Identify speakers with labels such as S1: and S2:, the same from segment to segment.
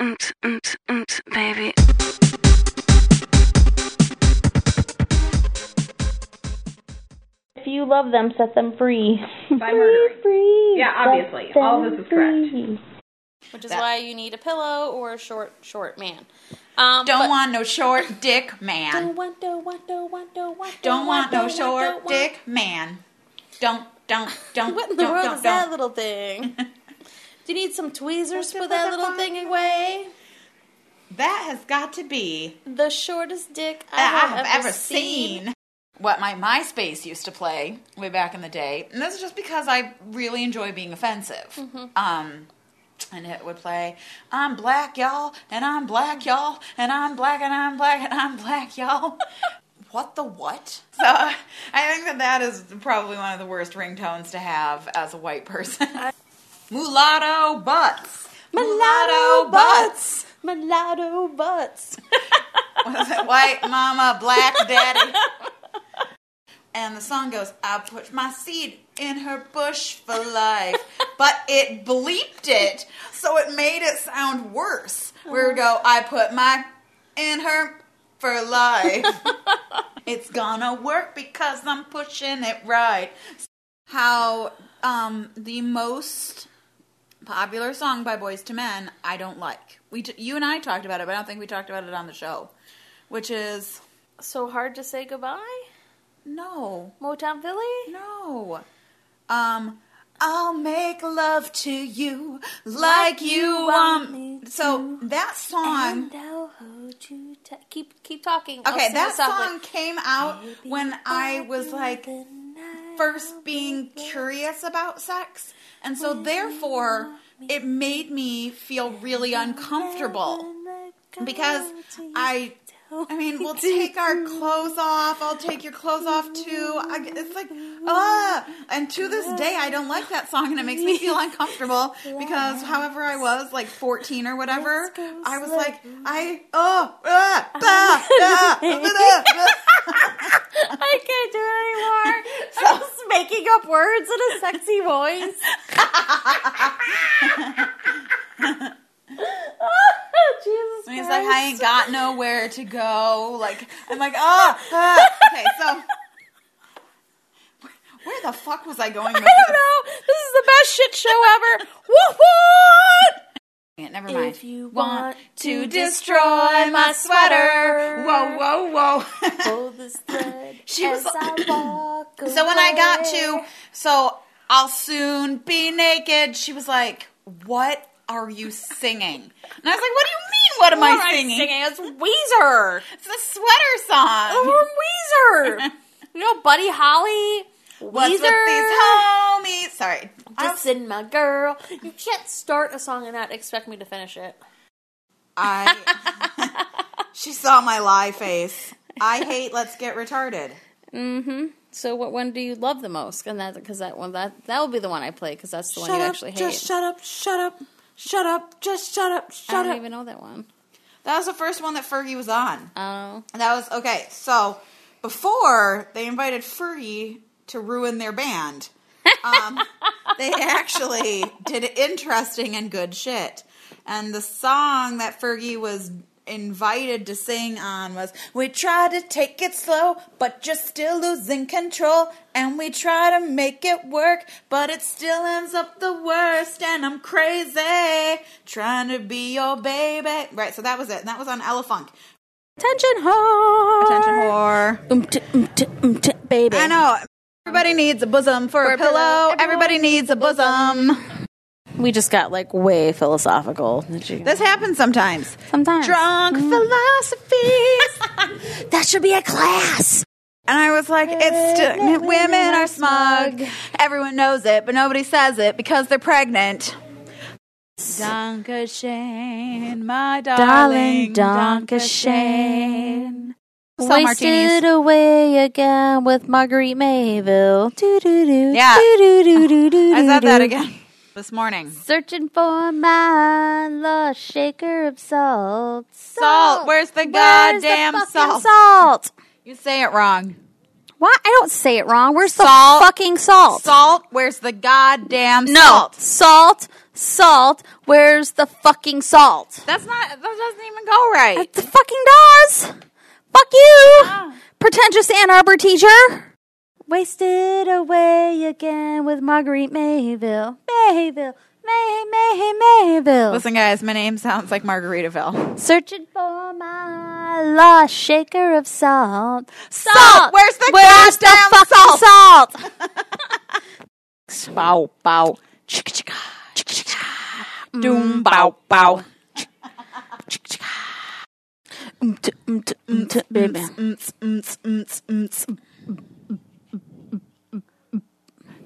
S1: mm, mm, mm, baby.
S2: If you love them, set them free.
S3: By murdering.
S2: Free, free.
S3: Yeah,
S2: set
S3: obviously. All of
S2: them
S3: this is correct.
S2: free.
S4: which is
S5: That-
S4: why you need a pillow or a short, short man. Um,
S5: Don't
S4: but-
S5: want no short dick man.
S4: Don't want, don't want, don't want, don't want.
S5: Don't want no
S4: don't don't
S5: short
S4: want.
S5: dick man. Don't, don't, don't,
S4: What in
S5: don't,
S4: the world is
S5: don't,
S4: that
S5: don't.
S4: little thing? Do you need some tweezers for that little thing away?
S5: That has got to be
S4: The shortest dick I
S5: that I
S4: have, ever seen.
S5: What my MySpace used to play way back in the day, and this is just because I really enjoy being offensive. Um, and it would play, "I'm black, y'all, and I'm black, y'all, and I'm black, and I'm black, and I'm black, y'all." what the what? So I think that that is probably one of the worst ringtones to have as a white person. Mulatto butts. Mulatto butts.
S4: Mulatto butts.
S5: Was it white mama, black daddy? And the song goes, I put my seed in her bush for life. But it bleeped it, so it made it sound worse. We would go, I put my in her for life. it's gonna work because I'm pushing it right. How um, the most popular song by Boys to Men, I don't like. We t- you and I talked about it, but I don't think we talked about it on the show. Which is
S4: So hard to say goodbye?
S5: no,
S4: Motown Philly?
S5: no. Um, I'll make love to you like you want. me So that song.
S4: And I'll hold you tight. Keep, keep talking. I'll
S5: Okay,
S4: sing
S5: that
S4: this off, like,
S5: song came out when I was like first being curious about sex. And so therefore, it made me feel really uncomfortable. because I, I mean, we'll take our clothes off. I'll take your clothes off too. I, it's like, ah. And to this day, I don't like that song, and it makes me feel uncomfortable because, however, I was like 14 or whatever, I was like, I, oh, ah, bah, ah, ah, ah,
S4: I can't do it anymore. I'm just making up words in a sexy voice. Jesus
S5: And he's
S4: Christ.
S5: like, I ain't got nowhere to go. Like, I'm like, ah, ah. okay, so. Where the fuck was I going with
S4: I don't know. This is the best shit show ever. Woohoo!
S5: It, never mind.
S4: If you want to
S5: to
S4: destroy my
S5: destroy my
S4: sweater.
S5: sweater, whoa, whoa, whoa.
S4: Hold this thread
S5: She
S4: as
S5: was-
S4: I walk
S5: so when I got
S4: away.
S5: to, so I'll soon be naked, she was like, "What are you singing?" And I was like, "What do you mean? What am
S4: What am
S5: I
S4: I
S5: singing?
S4: singing? It's Weezer.
S5: It's a sweater song."
S4: Or Weezer. you know, Buddy Holly. Weezer.
S5: What's with these homies? Sorry, I-
S4: Dissing my girl. You can't start a song and not expect me to finish it.
S5: Um, I she saw my lie face. I hate let's get retarded.
S4: Mm-hmm. So, what one do you love the most? And that because that one that that will be the one I play because that's the one you actually hate.
S5: just shut up, shut up, shut up, just shut up,
S4: I
S5: shut
S4: don't
S5: up.
S4: even know that one.
S5: That was the first one that Fergie was on.
S4: Oh,
S5: And that was okay, so before they invited Fergie to ruin their band, um, they actually did interesting and good shit. And the song that Fergie was invited to sing on was We try to take it slow, but you're still losing control. And we try to make it work, but it still ends up the worst. And I'm crazy trying to be your baby. Right, so that was it. And that was on Ella Funk.
S4: attention whore.
S5: Attention whore.
S4: Um, baby.
S5: Ah. I know. Everybody needs a bosom for, a pillow. Everybody needs a bosom.
S4: We just got like way philosophical. Did you?
S5: This happens sometimes.
S4: Sometimes.
S5: Drunk philosophies.
S4: That should be a class.
S5: and I was like, it's still, women are smug. Everyone knows it, but nobody says it because they're pregnant. Shane, my darling,
S4: Shane.
S5: So
S4: Wasted
S5: martinis.
S4: away again with Marguerite Mayville. Do do do.
S5: Yeah.
S4: Do, do, do, do,
S5: I said
S4: do,
S5: that
S4: do.
S5: again this morning.
S4: Searching for my lost shaker of salt. Salt.
S5: where's the
S4: Where's the
S5: goddamn
S4: fucking
S5: salt?
S4: salt?
S5: You say it wrong.
S4: Why? I don't say it wrong. Where's
S5: Salt.
S4: the fucking salt?
S5: Salt. Where's the goddamn
S4: No.
S5: salt?
S4: Salt. Salt. Where's the fucking salt?
S5: That's not. That doesn't even go right.
S4: It fucking does. Fuck you.
S5: Ah.
S4: Pretentious Ann Arbor teacher. Wasted away again with Marguerite Mayville. Mayville. May, May, Mayville.
S5: Listen, guys, my name sounds like Margaritaville.
S4: Searching for my lost shaker of salt. Salt!
S5: Where's the goddamn
S4: fucking salt?
S5: Bow bow. Chicka chicka. Chicka chicka. Doom bow bow.
S4: Oomta, oomta, oomta, baby.
S5: Mts, mts, mts, mts.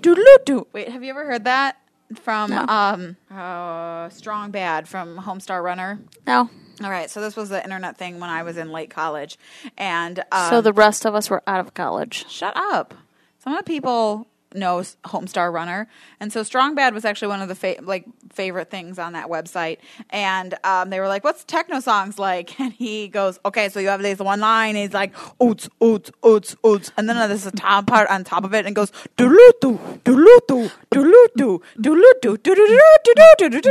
S5: Doodle-doo. Wait, have you ever heard that from um uh, Strong Bad from Homestar Runner?
S4: No.
S5: All right, so this was the internet thing when I was in late college, and um,
S4: So the rest of us were out of college.
S5: shut up. Some of the people know s- Homestar Runner, and so Strong Bad was actually one of the fa- like favorite things on that website. And um, they were like, "What's techno songs like?" And he goes, "Okay, so you have this one line. And he's like, oots oots oots oots,' and then there's a top part on top of it, and goes doo doo doo doo doo doo doo doo doo doo doo doo doo doo doo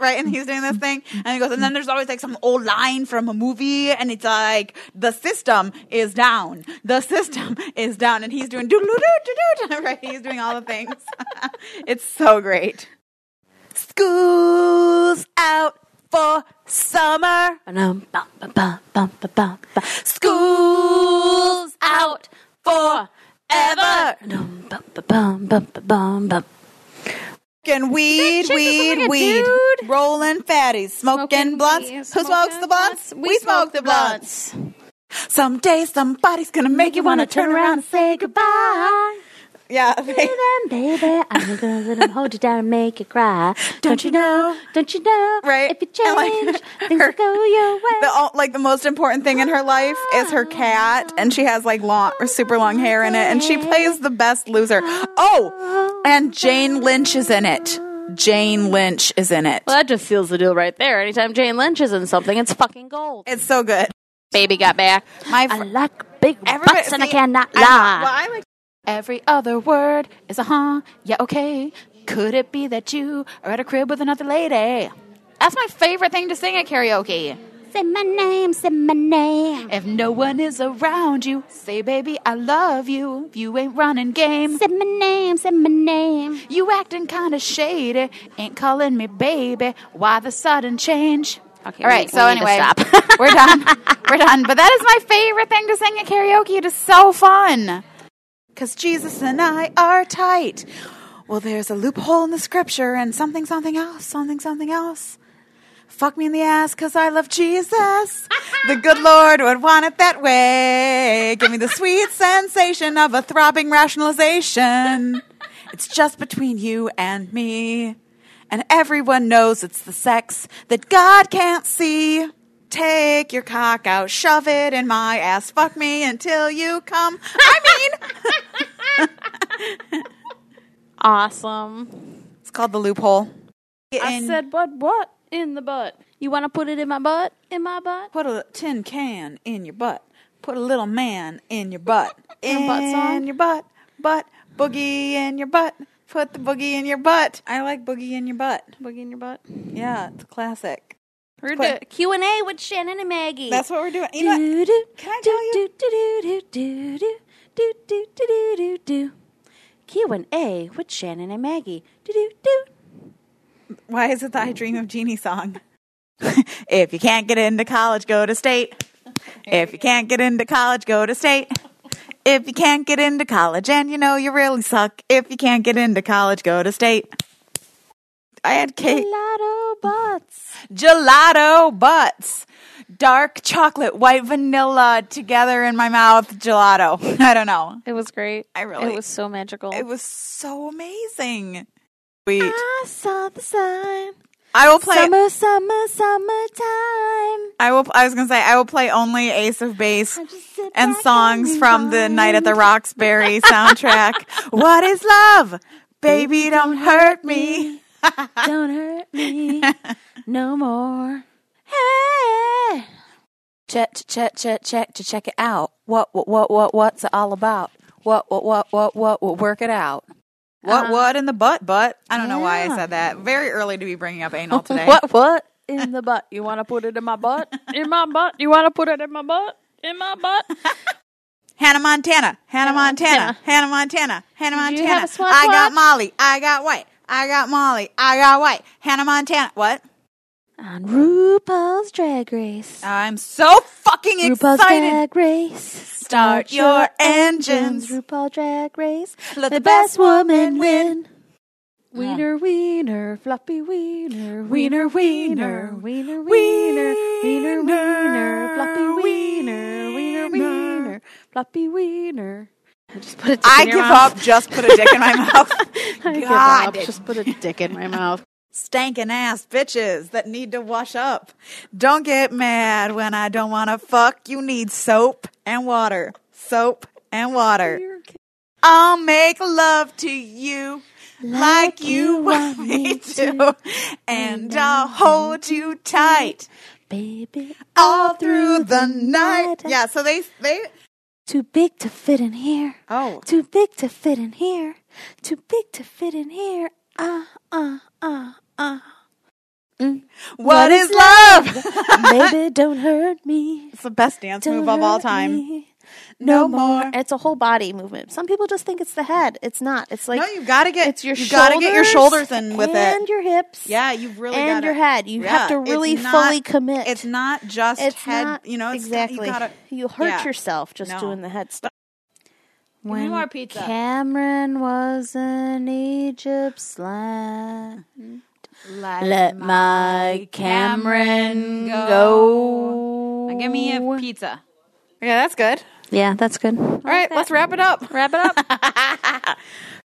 S5: right and he's doing this thing and he goes and then there's always like some old line from a movie and it's like the system is down the system is down and he's doing doo doo doo doo doo right he's doing all the things it's so great school's out for summer
S4: Ba-dum, bum, ba, ba, bum, ba, bum, ba. School's out forever. Ba-dum, bum, ba, bum, bum, ba, bum, bum.
S5: Smoking weed,
S4: chick is
S5: weed,
S4: like a
S5: weed.
S4: dude.
S5: Rolling fatties, smoking, blunts.
S4: weed,
S5: Who smokes
S4: smoking
S5: the blunts?
S4: We, smoke the blunts.
S5: Someday somebody's gonna make you wanna turn around. and-
S4: say goodbye.
S5: Yeah.
S4: Then, baby, I'm gonna let him hold you down and make you cry. Don't you know? Don't you know?
S5: Right.
S4: If you
S5: And, like,
S4: change, things
S5: her-
S4: will go your way.
S5: The o- like the most important thing in her life is her cat, and she has like long or super long hair in it, and she plays the best loser. Oh, and Jane Lynch is in it. Jane Lynch is in it.
S4: that just seals the deal right there. Anytime Jane Lynch is in something, it's fucking gold.
S5: It's so good.
S4: Baby got back.
S5: My
S4: I
S5: fr-
S4: like big
S5: Everybody-
S4: butts and I
S5: see,
S4: cannot
S5: I-
S4: lie.
S5: well, I like
S3: Every other word is a huh, yeah, okay. Could it be that you are at a crib with another lady? That's my favorite thing to sing at karaoke.
S4: Say my name, say my name.
S3: If no one is around you, say, baby, I love you. If you ain't running game,
S4: Say my name, say my name.
S3: you acting kinda shady. Ain't calling me baby. Why the sudden change?
S4: Okay,
S3: All right,
S4: we-
S3: so
S4: we need to
S3: anyway,
S4: stop.
S3: we're done. We're done. But that is my favorite thing to sing at karaoke. It is so fun.
S5: Because Jesus and I are tight. Well, there's a loophole in the scripture and something, something else, something, something else. Fuck me in the ass because I love Jesus. The good Lord would want it that way. Give me the sweet sensation of a throbbing rationalization. It's just between you and me. And everyone knows it's the sex that God can't see. Take your cock out, shove it in my ass, fuck me until you come. I mean,
S4: Awesome.
S5: It's called the loophole.
S4: I
S5: In-
S4: said, but what? In the butt. You want to put it in my butt? In my butt?
S5: put a tin can in your butt. Put a little man in your butt. in
S4: butt song?
S5: your butt. Butt. Boogie in your butt. Put the boogie in your butt. I like boogie in your butt.
S4: Boogie in your butt.
S5: Yeah, it's a classic.
S4: We're
S5: Play-
S4: doing Q and A with Shannon and Maggie.
S5: That's what we're doing. You know what?
S4: do,
S5: Can I tell you?
S4: Do do do do do do do do do do do. Q and A with Shannon and Maggie. Do do do.
S5: Why is it the I Dream of Jeannie song? if you can't get into college, go to state. If you can't get into college, go to state. If you can't get into college and you know you really suck, if you can't get into college, go to state. I had cake.
S4: Lotto butts.
S5: gelato butts. Dark chocolate, white vanilla together in my mouth, gelato. I don't know.
S4: It was great.
S5: I really-
S4: It was so magical.
S5: It was so amazing. Sweet.
S4: I saw the sign.
S5: I will play.
S4: Summer, summer, summertime.
S5: I will. I was gonna say I will play only Ace of Base
S4: just sit
S5: and
S4: back
S5: songs
S4: and
S5: from the Night at the Roxbury soundtrack. what is love, baby? Don't hurt me.
S4: Don't hurt me no more. Hey.
S5: Check, check, check, check, check, check it out. What, what, what, what, what's it all about?
S3: what, what, what, what, what, what, work it out. Uh-huh.
S5: What, what in the butt, butt? I don't know why I
S3: Yeah.
S5: said that. Very early to be bringing up anal today.
S3: What, what? In the butt. You want to put it in my butt? In my butt? You want to put it in my butt? In my butt?
S5: Hannah Montana, Hannah Montana, Hannah Montana, Hannah
S3: Did
S5: Montana.
S3: you have a swat
S5: I got
S3: swat?
S5: Molly, I got white, I got Molly, I got white. Hannah Montana. What?
S4: On RuPaul's Drag Race.
S5: I'm so fucking
S4: RuPaul's
S5: excited.
S4: Drag Race.
S5: Start your engines.
S4: RuPaul Drag Race.
S5: Let
S4: The best woman
S5: win.
S4: win. Wiener, wiener, floppy wiener, wiener, wiener, wiener, wiener, wiener, wiener, floppy wiener, wiener, wiener, floppy wiener.
S3: Just put a dick
S5: I
S3: in your
S5: give
S3: mouth.
S5: up. Just put a dick in my mouth.
S3: I give
S5: God.
S3: up. Just put a dick in my mouth.
S5: Stankin' ass bitches that need to wash up. Don't get mad when I don't want to fuck. You need soap and water. Soap and water. I'll make love to you like you want me to. And I'll hold you tight
S4: Baby,
S5: all through the night. Yeah, so they, they,
S4: too big to fit in here.
S5: oh,
S4: Too big to fit in here. Too big to fit in here. Ah, ah, ah, ah.
S5: what is love?
S4: Baby, don't hurt me.
S5: It's the best dance
S4: Don't
S5: move of all
S4: hurt
S5: time.
S4: me.
S5: No more.
S6: It's a whole body movement. Some people just think it's the head. It's not. It's like
S5: no, you gotta get
S6: it's your
S5: you gotta get your shoulders in with it.
S6: and your hips.
S5: Yeah, you've really
S6: and
S5: gotta-
S6: your head. You have to
S5: it's
S6: really
S5: not-
S6: fully commit.
S5: It's not just
S6: It's
S5: head.
S6: not-
S5: you know, it's got-
S6: exactly.
S5: you gotta.
S6: hurt
S5: yeah.
S6: yourself just
S5: No.
S6: doing the head stuff.
S3: me
S4: When
S3: more pizza.
S4: Cameron was in Egypt's land, let my Cameron go.
S3: Give me a pizza.
S5: Yeah, that's good.
S4: Yeah, that's good.
S3: All right, let's wrap it up. Wrap it up.